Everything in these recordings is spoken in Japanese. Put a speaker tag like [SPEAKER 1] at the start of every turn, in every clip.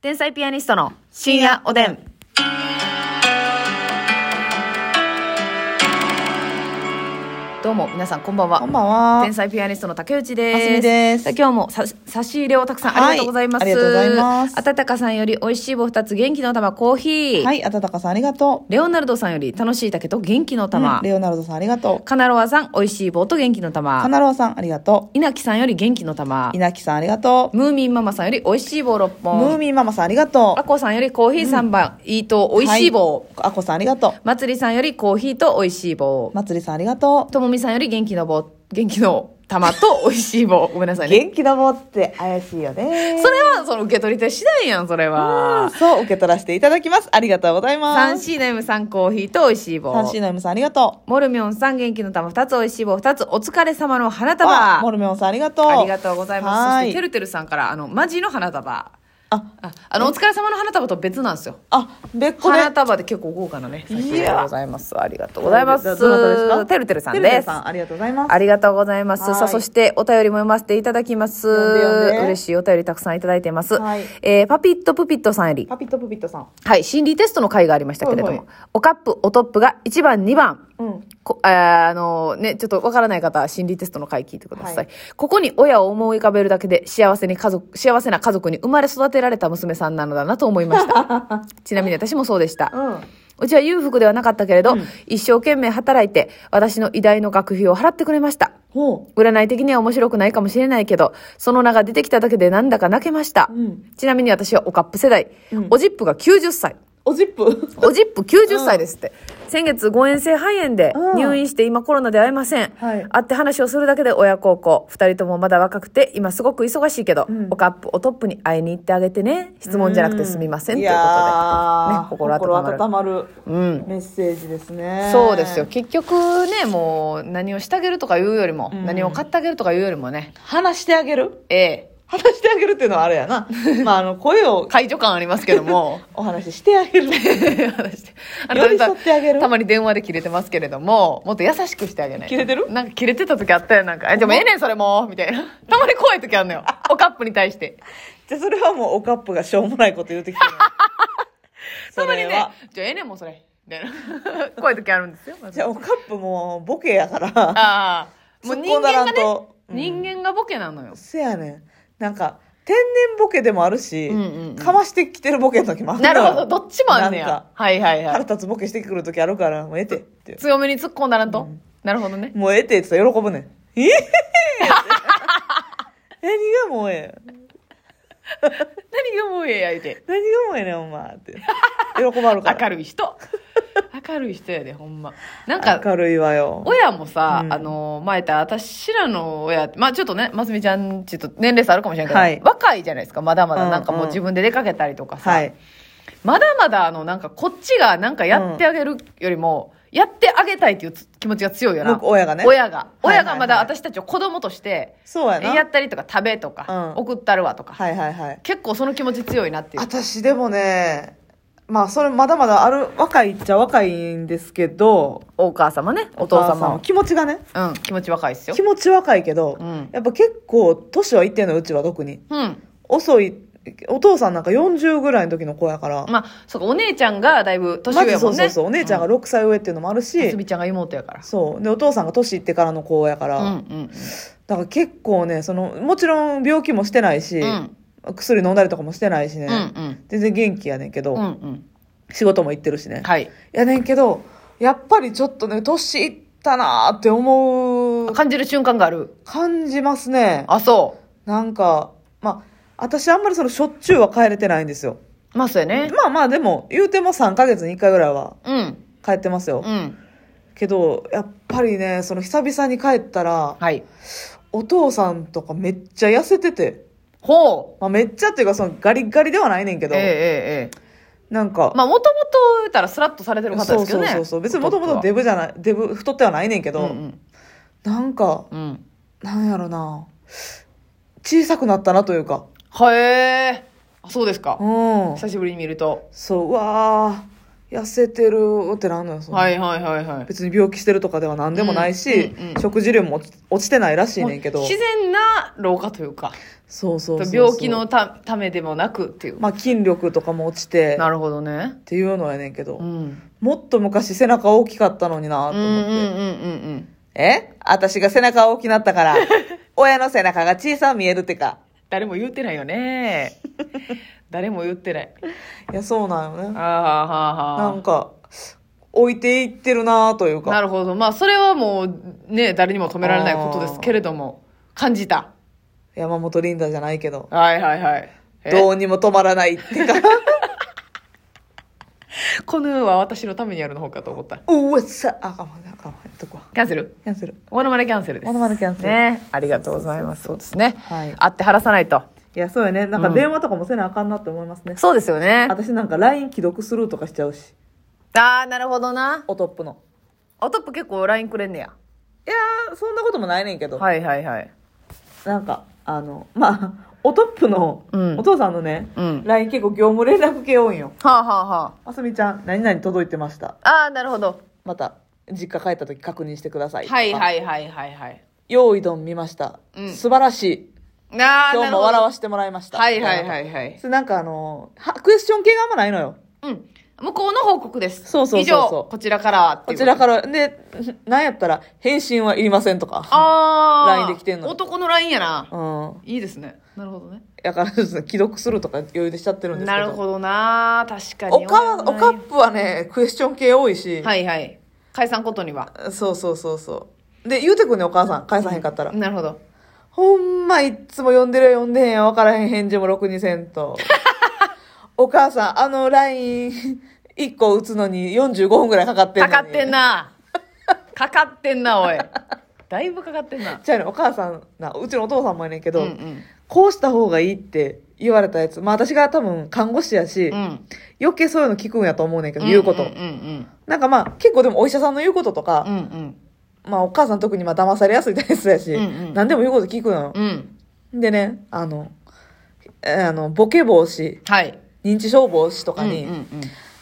[SPEAKER 1] 天才ピアニストの深夜おでん。どうも皆さんこんばんは。
[SPEAKER 2] こんばんは
[SPEAKER 1] 天才ピアニストの竹内です。
[SPEAKER 2] あすみです
[SPEAKER 1] さあ今日もさ差し入れをたくさん
[SPEAKER 2] はい
[SPEAKER 1] ありがとうございます。
[SPEAKER 2] ありがとうございます
[SPEAKER 1] あたたかさんより美味しい棒二つ、元気の玉コーヒー。
[SPEAKER 2] はい、あたたかさんありがと
[SPEAKER 1] レオナルドさんより楽しい竹と元気の
[SPEAKER 2] う。
[SPEAKER 1] 玉。
[SPEAKER 2] うんレオナルドさんありがと
[SPEAKER 1] カナロワさん、美味しい棒と元気の
[SPEAKER 2] う。か
[SPEAKER 1] 玉。
[SPEAKER 2] なろうさんありがと
[SPEAKER 1] 稲木さんより元気の玉
[SPEAKER 2] う。。稲木さんありがとう。
[SPEAKER 1] ムーミンママさんより美味しい棒6
[SPEAKER 2] ムー
[SPEAKER 1] 本。
[SPEAKER 2] ミンママさんありがと
[SPEAKER 1] あこさんよりコーヒー3番、いいと
[SPEAKER 2] う。
[SPEAKER 1] 美味しい棒。
[SPEAKER 2] はい。あこさんありがと
[SPEAKER 1] まつりさんよりコーヒーと美味しい棒
[SPEAKER 2] う。。まつりさんありがとう。
[SPEAKER 1] ともみさんより元気の棒、元気の玉と美味しい棒。 ごめんなさいね。
[SPEAKER 2] 元気の棒って怪しいよね。
[SPEAKER 1] それはその受け取り手次第やん、それ
[SPEAKER 2] うん
[SPEAKER 1] は。
[SPEAKER 2] そう、受け取らせていただきます。ありがとうござい
[SPEAKER 1] サン
[SPEAKER 2] ます。
[SPEAKER 1] シーネームさんコーヒーと美味しい棒。
[SPEAKER 2] 三四の M さんありがと
[SPEAKER 1] モルミョンさん元気の玉2つ美味しい棒2つお疲れ様の花
[SPEAKER 2] う。あモ
[SPEAKER 1] 束。
[SPEAKER 2] ルミョンさんありがとう。
[SPEAKER 1] ありがとうございます。
[SPEAKER 2] は
[SPEAKER 1] そし
[SPEAKER 2] い
[SPEAKER 1] ててるてるさんからあのマジの花束。
[SPEAKER 2] あ、
[SPEAKER 1] ああのお疲れ様の花束と別なんですよ。
[SPEAKER 2] あ、別個で。
[SPEAKER 1] 花束で結構豪華なね。差し入れで
[SPEAKER 2] いや
[SPEAKER 1] ございます。ありがとうございます。
[SPEAKER 2] どどなたですか
[SPEAKER 1] てるてるさん
[SPEAKER 2] てるて
[SPEAKER 1] で
[SPEAKER 2] る
[SPEAKER 1] す
[SPEAKER 2] さ。んありがとうございます。
[SPEAKER 1] ありがとうございます。
[SPEAKER 2] はい
[SPEAKER 1] さあ、そしてお便りも読ませていただきます。
[SPEAKER 2] 読んで読んで
[SPEAKER 1] 嬉しいお便りたくさんいただいています。
[SPEAKER 2] はい
[SPEAKER 1] えーパピットプピットさんより、
[SPEAKER 2] パピットプピットさん。
[SPEAKER 1] はい、心理テストの回がありましたけれども、
[SPEAKER 2] はいはい
[SPEAKER 1] おカップ、おトップが1番、2番。
[SPEAKER 2] うん。
[SPEAKER 1] こあーあのね、ちょっとわからない方は心理テストの回聞いてください,、
[SPEAKER 2] はい
[SPEAKER 1] ここに親を思い浮かべるだけで幸せに家族、幸せな家族に生まれ育てられた娘さんなのだなと思い ました。ちなみに私もそうでした。
[SPEAKER 2] うん。
[SPEAKER 1] うちは裕福ではなかったけれど、一生懸命働いて、私の偉大の学費を払ってくれました。
[SPEAKER 2] ほ
[SPEAKER 1] 占い的には面白くないかもしれないけど、その名が出てきただけでなんだか泣けました。
[SPEAKER 2] うん
[SPEAKER 1] ちなみに私はおカップ世代。
[SPEAKER 2] うん
[SPEAKER 1] おじっぷが90歳。
[SPEAKER 2] う。おジップ。
[SPEAKER 1] おじっぷ90歳ですって。先月、誤嚥性肺炎で
[SPEAKER 2] うん
[SPEAKER 1] 入院して今コロナで会えません。
[SPEAKER 2] はい
[SPEAKER 1] 会って話をするだけで親孝行。二人ともまだ若くて、今すごく忙しいけど、
[SPEAKER 2] うん
[SPEAKER 1] おカップ、おトップに会いに行ってあげてね。質問じゃなくてすみません。ということで。ね、
[SPEAKER 2] 心
[SPEAKER 1] 心温まる。
[SPEAKER 2] 温まる
[SPEAKER 1] うん。
[SPEAKER 2] メッセージですね
[SPEAKER 1] そうですよ結局ねもう何をしてあげるとか言うよりも、
[SPEAKER 2] うん
[SPEAKER 1] 何を買ってあげるとか言うよりもね
[SPEAKER 2] 話してあげる
[SPEAKER 1] ええ
[SPEAKER 2] 話してあげるっていうのはあれ やなまああの声を
[SPEAKER 1] 解除感ありますけど も
[SPEAKER 2] お話ししてあげる
[SPEAKER 1] 話してあの
[SPEAKER 2] 寄り添ってあげる
[SPEAKER 1] たまに電話で切れてますけれどももっと優しくしてあげない
[SPEAKER 2] 切れてる
[SPEAKER 1] なんか切れてた時あったよなんかえでもええねんそれもみたいなたまに怖い時あるのよおカップに対して
[SPEAKER 2] じゃあそれはもうおカップがしょうもないこと言うて きてる
[SPEAKER 1] た
[SPEAKER 2] そ
[SPEAKER 1] まに
[SPEAKER 2] れ
[SPEAKER 1] ね
[SPEAKER 2] は
[SPEAKER 1] じゃあええねんもうそれみ たいな怖い時あるんですよまず
[SPEAKER 2] じゃあおカップもボケやから
[SPEAKER 1] ああもう人間が
[SPEAKER 2] 突っ込んだらん
[SPEAKER 1] ね
[SPEAKER 2] とうん
[SPEAKER 1] 人間がボケなのよ
[SPEAKER 2] せやねんなんか天然ボケでもあるし、
[SPEAKER 1] うんうんうん
[SPEAKER 2] かましてきてるボケの時もある
[SPEAKER 1] な
[SPEAKER 2] から
[SPEAKER 1] るほどどっちもあんねや
[SPEAKER 2] なんか
[SPEAKER 1] はいはいはい
[SPEAKER 2] 腹立つボケしてくる時あるからもうええてって
[SPEAKER 1] 強めに突っ込んだらんと、なるほどね
[SPEAKER 2] もうええって言ってたら喜ぶねん。ええって 何がもうええ
[SPEAKER 1] 何がもうええやいて
[SPEAKER 2] 何がもうええねん、お前って。喜ばるから。
[SPEAKER 1] 明るい人 明るい人やでほんまなんか
[SPEAKER 2] 明るいわよ。
[SPEAKER 1] 親もさ、
[SPEAKER 2] うん
[SPEAKER 1] あの前言った私らの親まあちょっとねますみちゃんちょっと年齢差あるかもしれないけど、
[SPEAKER 2] はい
[SPEAKER 1] 若いじゃないですかまだまだ、
[SPEAKER 2] うん
[SPEAKER 1] なんかもう自分で出かけたりとかさ、
[SPEAKER 2] はい。
[SPEAKER 1] まだまだあのなんかこっちがなんかやってあげるよりも、やってあげたいっていうつ気持ちが強いよな
[SPEAKER 2] 僕親がね
[SPEAKER 1] 親が
[SPEAKER 2] いはい
[SPEAKER 1] 親がまだ私たちを子供として、
[SPEAKER 2] そうやな。
[SPEAKER 1] やったりとか食べとか、
[SPEAKER 2] うん
[SPEAKER 1] 送ったるわとか、
[SPEAKER 2] はいはいはい。
[SPEAKER 1] 結構その気持ち強いなっていう
[SPEAKER 2] 私でもね、まあそれまだまだある、若いっちゃ若いんですけど、
[SPEAKER 1] お母様ね、お父
[SPEAKER 2] お母さん
[SPEAKER 1] 様
[SPEAKER 2] も。気持ちがね、
[SPEAKER 1] うん、気持ち若いっすよ
[SPEAKER 2] 気。持ち若いけど、
[SPEAKER 1] うん
[SPEAKER 2] やっぱ結構年はいってんの、うちは特に。
[SPEAKER 1] うん。
[SPEAKER 2] 遅い、お父さんなんか40ぐらいの時の子やから。
[SPEAKER 1] まあ、そうか、お姉ちゃんがだいぶ年
[SPEAKER 2] ま
[SPEAKER 1] 上や
[SPEAKER 2] ずそ
[SPEAKER 1] も
[SPEAKER 2] うん
[SPEAKER 1] ね。
[SPEAKER 2] そうそう、お姉ちゃんが6歳上っていうのもあるし、
[SPEAKER 1] ますみちゃんが妹やから。
[SPEAKER 2] そう。で、お父さんが年いってからの子やから、
[SPEAKER 1] うんうん
[SPEAKER 2] だから結構ね、その、もちろん病気もしてないし、
[SPEAKER 1] うん
[SPEAKER 2] 薬飲んだりとかもしてないしね、
[SPEAKER 1] うんうん
[SPEAKER 2] 全然元気やねんけど、
[SPEAKER 1] うんうん。
[SPEAKER 2] 仕事も行ってるしね。
[SPEAKER 1] はい。
[SPEAKER 2] やねんけど、やっぱりちょっとね、年いったなーって思う、
[SPEAKER 1] 感じる瞬間がある。
[SPEAKER 2] 感じますね。
[SPEAKER 1] あ、そ
[SPEAKER 2] なんか、まあ、私あんまりその、しょっちゅうは帰れてないんですよ。
[SPEAKER 1] う。まあ、そうやね。
[SPEAKER 2] まあまあ、でも、言うても3ヶ月に1回ぐらいは
[SPEAKER 1] うん。
[SPEAKER 2] 帰ってますよ。
[SPEAKER 1] うん。
[SPEAKER 2] けど、やっぱりね、その、久々に帰ったら、
[SPEAKER 1] はい。
[SPEAKER 2] お父さんとかめっちゃ痩せてて、
[SPEAKER 1] ほう。
[SPEAKER 2] まあ、めっちゃっていうかそのガリッガリではないねんけ
[SPEAKER 1] え
[SPEAKER 2] ど、
[SPEAKER 1] ええええ
[SPEAKER 2] なん
[SPEAKER 1] え。
[SPEAKER 2] か、
[SPEAKER 1] まあ、もともと言ったらスラッとされてる方で
[SPEAKER 2] そ
[SPEAKER 1] す
[SPEAKER 2] う
[SPEAKER 1] けど
[SPEAKER 2] そう
[SPEAKER 1] ね。
[SPEAKER 2] そうそう別にもともとデ
[SPEAKER 1] ブ
[SPEAKER 2] ブじゃないデブ太ってはないねんけ
[SPEAKER 1] う
[SPEAKER 2] ど、
[SPEAKER 1] んうん。
[SPEAKER 2] なんか
[SPEAKER 1] うん。
[SPEAKER 2] なんやろな小さくなったなというか
[SPEAKER 1] はえあ、そうですか
[SPEAKER 2] う。ん
[SPEAKER 1] 久しぶりに見ると。
[SPEAKER 2] そううわー痩せてるってなんのよその
[SPEAKER 1] はいはいはいはい。
[SPEAKER 2] 別に病気してるとかでは何でもないし、
[SPEAKER 1] うんうんうん
[SPEAKER 2] 食事量も落ち落ちてないらしいねんけど
[SPEAKER 1] 自然な老化というか。
[SPEAKER 2] そうそうそうそう
[SPEAKER 1] 病気のたためでもなくっていう、
[SPEAKER 2] まあ筋力とかも落ちて
[SPEAKER 1] な
[SPEAKER 2] っ
[SPEAKER 1] るほどね
[SPEAKER 2] ていうのやねんけど、
[SPEAKER 1] うん
[SPEAKER 2] もっと昔背中大きかったのにな
[SPEAKER 1] うん
[SPEAKER 2] と
[SPEAKER 1] うん
[SPEAKER 2] 思って、
[SPEAKER 1] うんうん
[SPEAKER 2] え私が背中大きなった から親の背中が小さく見えるってか
[SPEAKER 1] 誰も言ってないよ ね誰も言ってない
[SPEAKER 2] いやそうなのね
[SPEAKER 1] ああはあ
[SPEAKER 2] な
[SPEAKER 1] は
[SPEAKER 2] んか置いていってるなという
[SPEAKER 1] あな
[SPEAKER 2] か
[SPEAKER 1] るほどまあそれはもうね誰にも止められないことですけれども感じた
[SPEAKER 2] 山本リンダじゃないけど
[SPEAKER 1] はいはいはいえ
[SPEAKER 2] どうにも止まらないってか
[SPEAKER 1] この世は私のためにやるの方かと思った
[SPEAKER 2] うわさあかまんあかまんやっとこ
[SPEAKER 1] キャンセル
[SPEAKER 2] うキャンセル
[SPEAKER 1] モノマネキャンセルです
[SPEAKER 2] モノマネキャンセル
[SPEAKER 1] ねありがとうございますそうですね、
[SPEAKER 2] はい
[SPEAKER 1] 会って話さないと
[SPEAKER 2] いやそうやねなんか
[SPEAKER 1] うん
[SPEAKER 2] 電話とかもせなあかんなって思いますね、
[SPEAKER 1] そうですよね
[SPEAKER 2] 私なんか LINE 既読スルーとかしちゃうし
[SPEAKER 1] ああなるほどな
[SPEAKER 2] おトップの
[SPEAKER 1] おトップ結構 LINE くれんねや
[SPEAKER 2] いやーそんなこともないねんけど、
[SPEAKER 1] はいはいはい
[SPEAKER 2] なんかあのまあ おトップの、
[SPEAKER 1] うん
[SPEAKER 2] お父さんのね、
[SPEAKER 1] うん
[SPEAKER 2] LINE 結構業務連絡系多いんよ
[SPEAKER 1] はあはあは
[SPEAKER 2] あすみちゃん何々届いてました
[SPEAKER 1] あああなるほど
[SPEAKER 2] また実家帰った時確認してください
[SPEAKER 1] はい
[SPEAKER 2] い
[SPEAKER 1] はいはいはいはい
[SPEAKER 2] 用意どん見ました、
[SPEAKER 1] うん
[SPEAKER 2] 素晴らしい
[SPEAKER 1] ああ
[SPEAKER 2] 今日も笑わせてもらいました
[SPEAKER 1] はいはいはいはい
[SPEAKER 2] それなんかあのはクエスチョン系があんまないのよ
[SPEAKER 1] うん向こうの報告です
[SPEAKER 2] そうそうそうそう
[SPEAKER 1] 以上こちらからって
[SPEAKER 2] こ
[SPEAKER 1] いう
[SPEAKER 2] ちらからで なんやったら返信はいりませんとか
[SPEAKER 1] ああ
[SPEAKER 2] LINE で来てんの
[SPEAKER 1] 男の LINE やな
[SPEAKER 2] うん
[SPEAKER 1] いいですねなるほどね
[SPEAKER 2] だからですね既読するとか余裕でしちゃってるんですけど
[SPEAKER 1] なるほどな確かに
[SPEAKER 2] おかおカップはねクエスチョン系多いし、
[SPEAKER 1] はいはい解散ことには
[SPEAKER 2] そうそうそうそうで言うてくんねお母さん返さへんかったら、
[SPEAKER 1] なるほど
[SPEAKER 2] ほんまいっつも呼んでるよ呼んでへんよ分からへん返事もろくにせんと お母さんあの LINE1 個打つのに45分ぐらいかかってんの
[SPEAKER 1] か
[SPEAKER 2] に
[SPEAKER 1] かってんなかかってんなおいだいぶかかってんな
[SPEAKER 2] じゃあねお母さんなうちのお父さんもやねんけ
[SPEAKER 1] う
[SPEAKER 2] ど、
[SPEAKER 1] んうん
[SPEAKER 2] こうした方がいいって言われたやつまあ私が多分看護師やし、
[SPEAKER 1] うん
[SPEAKER 2] 余計そういうの聞くんやと思うねんけど、言うこと、
[SPEAKER 1] うんうん
[SPEAKER 2] なんかまあ結構でもお医者さんの言うこととか
[SPEAKER 1] う、んうん
[SPEAKER 2] まあお母さん特にまあ騙されやすい体質やし、
[SPEAKER 1] うんうん
[SPEAKER 2] 何でも言うこと聞くのよ
[SPEAKER 1] う、んうん
[SPEAKER 2] でね、あの、えーあの、ボケ防止、
[SPEAKER 1] はい
[SPEAKER 2] 認知症防止とかに、
[SPEAKER 1] うんうん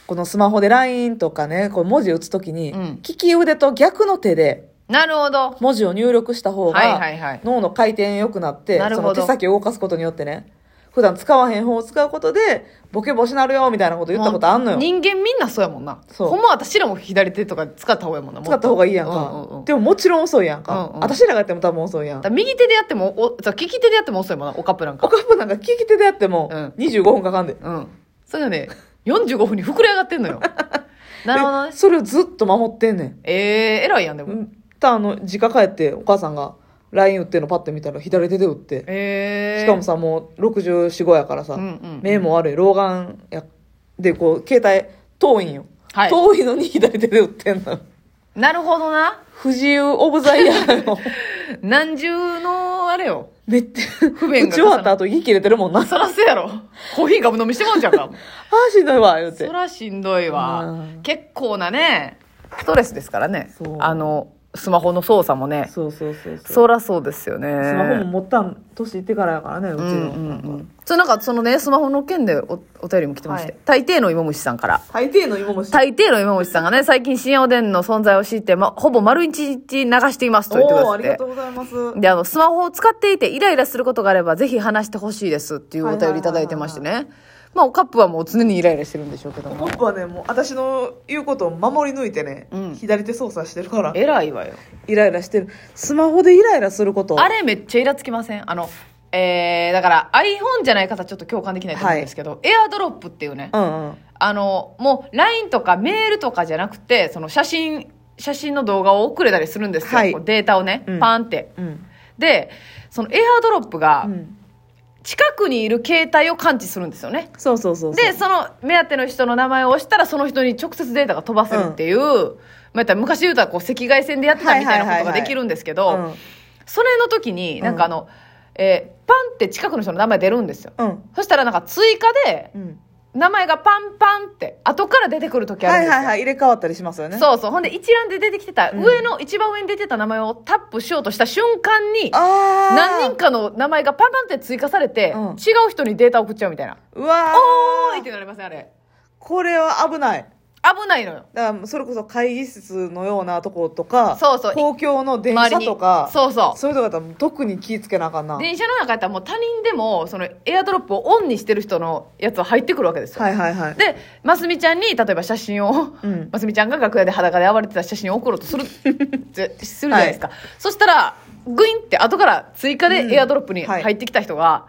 [SPEAKER 2] このスマホで LINE とかね、こう文字打つときに、
[SPEAKER 1] うん
[SPEAKER 2] 利き腕と逆の手で
[SPEAKER 1] うんなるほど
[SPEAKER 2] 文字を入力した方が、
[SPEAKER 1] はいはいはい
[SPEAKER 2] 脳の回転良くなって、
[SPEAKER 1] なる
[SPEAKER 2] そ
[SPEAKER 1] ほど
[SPEAKER 2] の手先を動かすことによってね、普段使わへん方を使うことで、ボケ防止なるよ、みたいなこと言ったことあんのよ。
[SPEAKER 1] 人間みんなそうやもんな
[SPEAKER 2] そう
[SPEAKER 1] ほんま私らも左手とか使った方がやもんなもっと
[SPEAKER 2] 使った方がいいやんか。
[SPEAKER 1] うんうんうんだ
[SPEAKER 2] でももちろん遅いやんか。
[SPEAKER 1] うんうん
[SPEAKER 2] 私らがやっても多分遅いやん
[SPEAKER 1] から。右手でやってもおそう利き手でやっても遅いもんなおカップなん
[SPEAKER 2] お
[SPEAKER 1] か
[SPEAKER 2] かっぽなんか聞き手でやっても
[SPEAKER 1] うん、
[SPEAKER 2] 25分かかんで。
[SPEAKER 1] うんそれがね45分に膨れ上がってんの よなるほどね
[SPEAKER 2] でそれをずっと守ってんねん。
[SPEAKER 1] えー、偉いやんでも
[SPEAKER 2] うんたあの、実家帰ってお母さんが LINE 打ってんのパッて見たら左手で打って。
[SPEAKER 1] えー、
[SPEAKER 2] しかもさ、もう64、5やからさ、
[SPEAKER 1] うんうん
[SPEAKER 2] 目も悪い、老眼や、で、こう、携帯遠いんよ。
[SPEAKER 1] はい
[SPEAKER 2] 遠いのに 左手で打ってんの。
[SPEAKER 1] なるほどな
[SPEAKER 2] 不自由オブザイヤーよ。
[SPEAKER 1] 何重のあれよ
[SPEAKER 2] めっちゃ、
[SPEAKER 1] 不便が重
[SPEAKER 2] 打
[SPEAKER 1] なる
[SPEAKER 2] ち終わった後息切れてるもんな。あ
[SPEAKER 1] そらそうやろコーヒーガブ飲みしてもんじゃんか
[SPEAKER 2] あ、しんどいわ、言うて
[SPEAKER 1] そ。らしんどいわ
[SPEAKER 2] うん
[SPEAKER 1] 結構なねストレスですからね
[SPEAKER 2] そう
[SPEAKER 1] あのスマホの操作もね
[SPEAKER 2] そうそうそうそう。
[SPEAKER 1] そらそうですよね
[SPEAKER 2] スマホも持ったん、年いってからやからね、うち
[SPEAKER 1] う
[SPEAKER 2] の。
[SPEAKER 1] んうんう
[SPEAKER 2] なん
[SPEAKER 1] ん
[SPEAKER 2] か
[SPEAKER 1] そうなんかそのねスマホの件でおお便りも来てまして、
[SPEAKER 2] は
[SPEAKER 1] 大抵の芋虫さんから
[SPEAKER 2] 大抵の芋虫。
[SPEAKER 1] 大抵の芋虫さんがね最近深夜おでんの存在を知って、ま、ほぼ丸一日流していますと言ってくだ
[SPEAKER 2] おー、
[SPEAKER 1] さ
[SPEAKER 2] あ
[SPEAKER 1] っ
[SPEAKER 2] り
[SPEAKER 1] て
[SPEAKER 2] がとうございます。
[SPEAKER 1] で、あの、スマホを使っていてイライラすることがあれば、ぜひ話してほしいですっていうお便りいただいてましてね。まあ、おカップはもう常にイライラしてるんでしょうけど
[SPEAKER 2] ポ
[SPEAKER 1] も。
[SPEAKER 2] ップはね、もう私の言うことを守り抜いてね、
[SPEAKER 1] うん
[SPEAKER 2] 左手操作してるから、
[SPEAKER 1] 偉いわよ。
[SPEAKER 2] イライラしてる。スマホでイライラすること。
[SPEAKER 1] あれめっちゃイラつきませんあの、えー、だから iPhone じゃない方ちょっと共感できないと思うんですけど、エアドロップっていうね、
[SPEAKER 2] うんうん。
[SPEAKER 1] あの、もう LINE とかメールとかじゃなくて、その写真、写真の動画を送れたりするんですよ。
[SPEAKER 2] はい
[SPEAKER 1] こうデータをね、
[SPEAKER 2] うん
[SPEAKER 1] パーンって。
[SPEAKER 2] うん。
[SPEAKER 1] で、そのエアドロップが
[SPEAKER 2] う、ん
[SPEAKER 1] 近くにいる携帯を感知するんですよね。
[SPEAKER 2] そうそうそうそう。
[SPEAKER 1] で、その目当ての人の名前を押したら、その人に直接データが飛ばせるっていう、まあ、ったら昔で言うたらこう赤外線でやってたみたいなことができるんですけ
[SPEAKER 2] う
[SPEAKER 1] ど、
[SPEAKER 2] ん。
[SPEAKER 1] それの時に、なんかあの、えーパンって近くの人の名前出るんですよ。
[SPEAKER 2] うん。
[SPEAKER 1] そしたらなんか追加で、
[SPEAKER 2] うん。
[SPEAKER 1] 名前がパンパンって、後から出てくる時あ
[SPEAKER 2] は
[SPEAKER 1] るん
[SPEAKER 2] い
[SPEAKER 1] ですよ。
[SPEAKER 2] はいはい。入れ替わったりしますよね。う。
[SPEAKER 1] そうそう。ほんで一覧で出てきてた、
[SPEAKER 2] うん
[SPEAKER 1] 上の、一番上に出てた名前をタップしようとした瞬間に、
[SPEAKER 2] あー。
[SPEAKER 1] 何人かの名前がパンパンって追加されて、
[SPEAKER 2] うん
[SPEAKER 1] 違う人にデータ送っちゃうみたいな。
[SPEAKER 2] うわ
[SPEAKER 1] おーいってなりませんあれ。
[SPEAKER 2] ー。これは危ない。
[SPEAKER 1] 危ないのよ。
[SPEAKER 2] だからそれこそ会議室のようなとことか
[SPEAKER 1] そうそう
[SPEAKER 2] 公共の電車とか
[SPEAKER 1] そうそう。
[SPEAKER 2] そういうとこだったら特に気ぃつけなあかんなはい
[SPEAKER 1] 電車の中やったらもう他人でも、そのエアドロップをオンにしてる人のやつは入ってくるわけですよ。
[SPEAKER 2] はいはい
[SPEAKER 1] で、ますみちゃんに、例えば写真を、
[SPEAKER 2] うん
[SPEAKER 1] ますみちゃんが楽屋で裸で暴れてた写真を送ろうとする、 ぜするじゃないですか。そしたら、グインって後から追加
[SPEAKER 2] うん
[SPEAKER 1] でエアドロップに
[SPEAKER 2] はい
[SPEAKER 1] 入ってきた人が、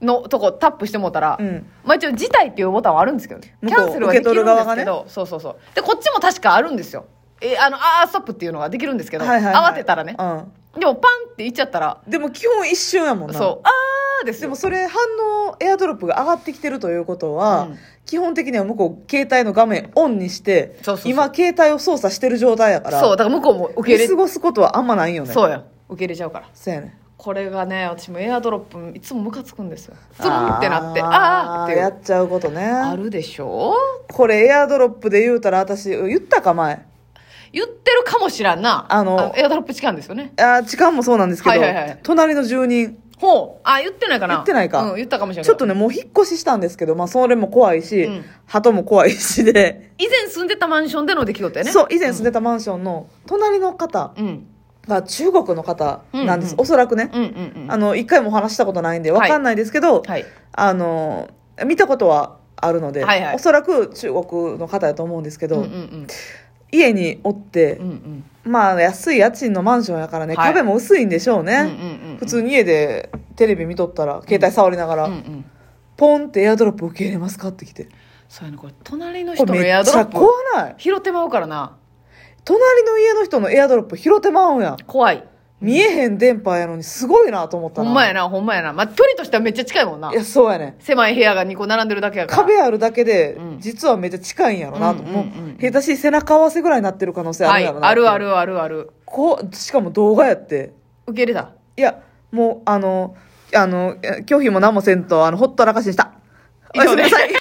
[SPEAKER 1] のとこタップしてもうたら、
[SPEAKER 2] うん
[SPEAKER 1] まあ一応辞退っていうボタンはあるんですけどね。
[SPEAKER 2] 向
[SPEAKER 1] キ
[SPEAKER 2] こう
[SPEAKER 1] ャンセルはできるんですけ
[SPEAKER 2] 受け取る側
[SPEAKER 1] ど、
[SPEAKER 2] がね
[SPEAKER 1] そうそうそう。で、こっちも確かあるんですよ。え、あの、あー、ストップっていうのができるんですけど、
[SPEAKER 2] はいはいはい
[SPEAKER 1] 慌てたらね
[SPEAKER 2] う。ん
[SPEAKER 1] でもパンって言っちゃったら、
[SPEAKER 2] でも基本一瞬やもんな
[SPEAKER 1] そう、あーです
[SPEAKER 2] で
[SPEAKER 1] よ
[SPEAKER 2] もそれ反応エアドロップが上がってきてるということは、
[SPEAKER 1] うん
[SPEAKER 2] 基本的には向こう携帯の画面オンにして
[SPEAKER 1] そうそうそう
[SPEAKER 2] 今携帯を操作してる状態やから
[SPEAKER 1] そう、だから向こうも受け
[SPEAKER 2] 見
[SPEAKER 1] 入
[SPEAKER 2] 過
[SPEAKER 1] れ、
[SPEAKER 2] ごすことはあんまないよね
[SPEAKER 1] そうやん。受け入れちゃうから。
[SPEAKER 2] そうやね
[SPEAKER 1] これがね私もエアドロップいつもムカつくんですよツルン
[SPEAKER 2] あー
[SPEAKER 1] ってなってあーってい
[SPEAKER 2] や
[SPEAKER 1] う
[SPEAKER 2] っちゃうことね
[SPEAKER 1] あるでしょ
[SPEAKER 2] これエアドロップで言うたら私言ったか前
[SPEAKER 1] 言ってるかもしらんな
[SPEAKER 2] あの
[SPEAKER 1] エアドロップ時間ですよね
[SPEAKER 2] あー時間もそうなんですけど、
[SPEAKER 1] はいはいはい
[SPEAKER 2] 隣の住人
[SPEAKER 1] ほうあ言ってないかな
[SPEAKER 2] 言ってないか
[SPEAKER 1] うん、言ったかもしれない
[SPEAKER 2] ちょっとねもう引っ越ししたんですけど、まあ、それも怖いし、
[SPEAKER 1] うん
[SPEAKER 2] 鳩も怖いしで、
[SPEAKER 1] 以前住んでたマンションでの出来事やね
[SPEAKER 2] そう以前住んでたマンションの隣の方
[SPEAKER 1] うん
[SPEAKER 2] が中国の方なんです、
[SPEAKER 1] うんうん
[SPEAKER 2] おそらくね、
[SPEAKER 1] うんうんうん
[SPEAKER 2] あの一回もお話ししたことないんでわかんないですけど、
[SPEAKER 1] はい
[SPEAKER 2] あの見たことはあるので、
[SPEAKER 1] はいはい
[SPEAKER 2] おそらく中国の方だと思うんですけ
[SPEAKER 1] う
[SPEAKER 2] ど、
[SPEAKER 1] んうんうん
[SPEAKER 2] 家におって
[SPEAKER 1] う、んうん
[SPEAKER 2] まあ安い家賃のマンションやからね、
[SPEAKER 1] はい
[SPEAKER 2] 壁も薄いんでしょうね、
[SPEAKER 1] うんうんうん
[SPEAKER 2] 普通に家でテレビ見とったら携帯触りながら、
[SPEAKER 1] うんうん
[SPEAKER 2] ポンってエアドロップ受け入れますかってきて
[SPEAKER 1] そうやねこれ隣の人
[SPEAKER 2] こ
[SPEAKER 1] の
[SPEAKER 2] れめ
[SPEAKER 1] エア
[SPEAKER 2] っ
[SPEAKER 1] ド
[SPEAKER 2] ち
[SPEAKER 1] ロ
[SPEAKER 2] ゃ
[SPEAKER 1] ップ
[SPEAKER 2] 怖ない
[SPEAKER 1] 拾ってまうからな
[SPEAKER 2] 隣の家の人のエアドロップ拾ってまうんやん
[SPEAKER 1] 怖い
[SPEAKER 2] 見えへん電波やのにすごいなと思った
[SPEAKER 1] ほ
[SPEAKER 2] なん
[SPEAKER 1] まやなほんまやなまあ距離としてはめっちゃ近いもんない
[SPEAKER 2] やそうやね
[SPEAKER 1] 狭い部屋が2個並んでるだけやから
[SPEAKER 2] 壁あるだけで、
[SPEAKER 1] うん
[SPEAKER 2] 実はめっちゃ近いんやろなと、
[SPEAKER 1] うんうん
[SPEAKER 2] もう
[SPEAKER 1] うんうん
[SPEAKER 2] 下手しい背中合わせぐらいになってる可能性あ
[SPEAKER 1] は
[SPEAKER 2] る
[SPEAKER 1] い、
[SPEAKER 2] やろな
[SPEAKER 1] あるあるあるある。
[SPEAKER 2] こうしかも動画やって
[SPEAKER 1] 受け入れた。
[SPEAKER 2] いやもうあのあのえ拒否も何もせんとあのほったらかしにしたおやすみなさい